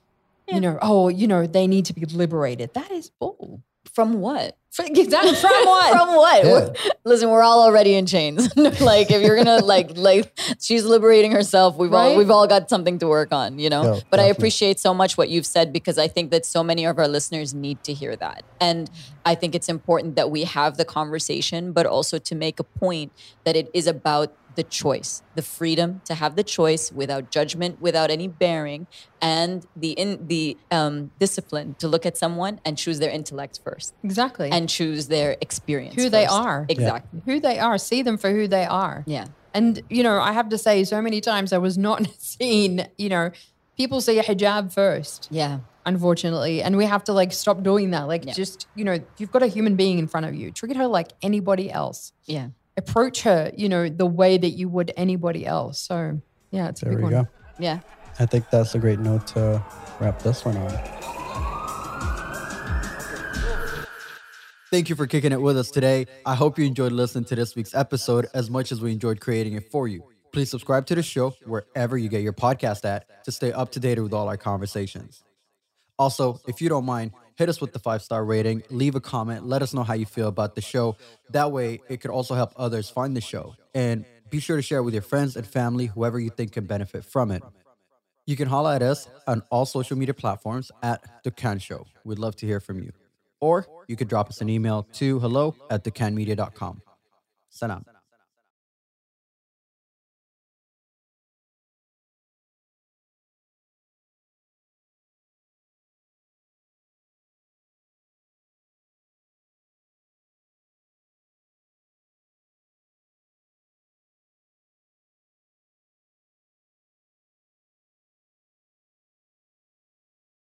S1: you know oh you know they need to be liberated that is bull
S5: From what?
S1: from, exactly, from what?
S5: From what?
S9: Yeah.
S5: We're- Listen, we're all already in chains. like if you're gonna like like she's liberating herself, we've all
S1: Right?
S5: we've all got something to work on, you know?
S9: Yeah,
S5: but I
S9: definitely.
S5: appreciate so much what you've said because I think that so many of our listeners need to hear that. And I think it's important that we have the conversation, but also to make a point that it is about the choice, the freedom to have the choice without judgment, without any bearing, and the in the um, discipline to look at someone and choose their intellect first
S1: exactly. And
S5: and choose their experience.
S1: Who they
S5: first.
S1: are.
S5: Exactly.
S1: who they are, see them for who they are.
S5: Yeah.
S1: And you know, I have to say, so many times I was not seen. You know, people see a hijab first,
S5: Yeah.
S1: unfortunately, and we have to like stop doing that. Like,
S5: Yeah.
S1: just you know, you've got a human being in front of you. Treat her like anybody else.
S5: Yeah.
S1: Approach her, you know, the way that you would anybody else. So yeah, it's a
S9: There
S1: big one.
S9: we go.
S5: Yeah.
S9: I think that's a great note to wrap this one on.
S4: Thank you for kicking it with us today. I hope you enjoyed listening to this week's episode as much as we enjoyed creating it for you. Please subscribe to the show wherever you get your podcast at to stay up to date with all our conversations. Also, if you don't mind, hit us with the five star rating, leave a comment, let us know how you feel about the show. That way, it could also help others find the show. And be sure to share with your friends and family, whoever you think can benefit from it. You can holla at us on all social media platforms at The Can Show. We'd love to hear from you. Or you could drop us an email to hello at thecanmedia.com. Salam.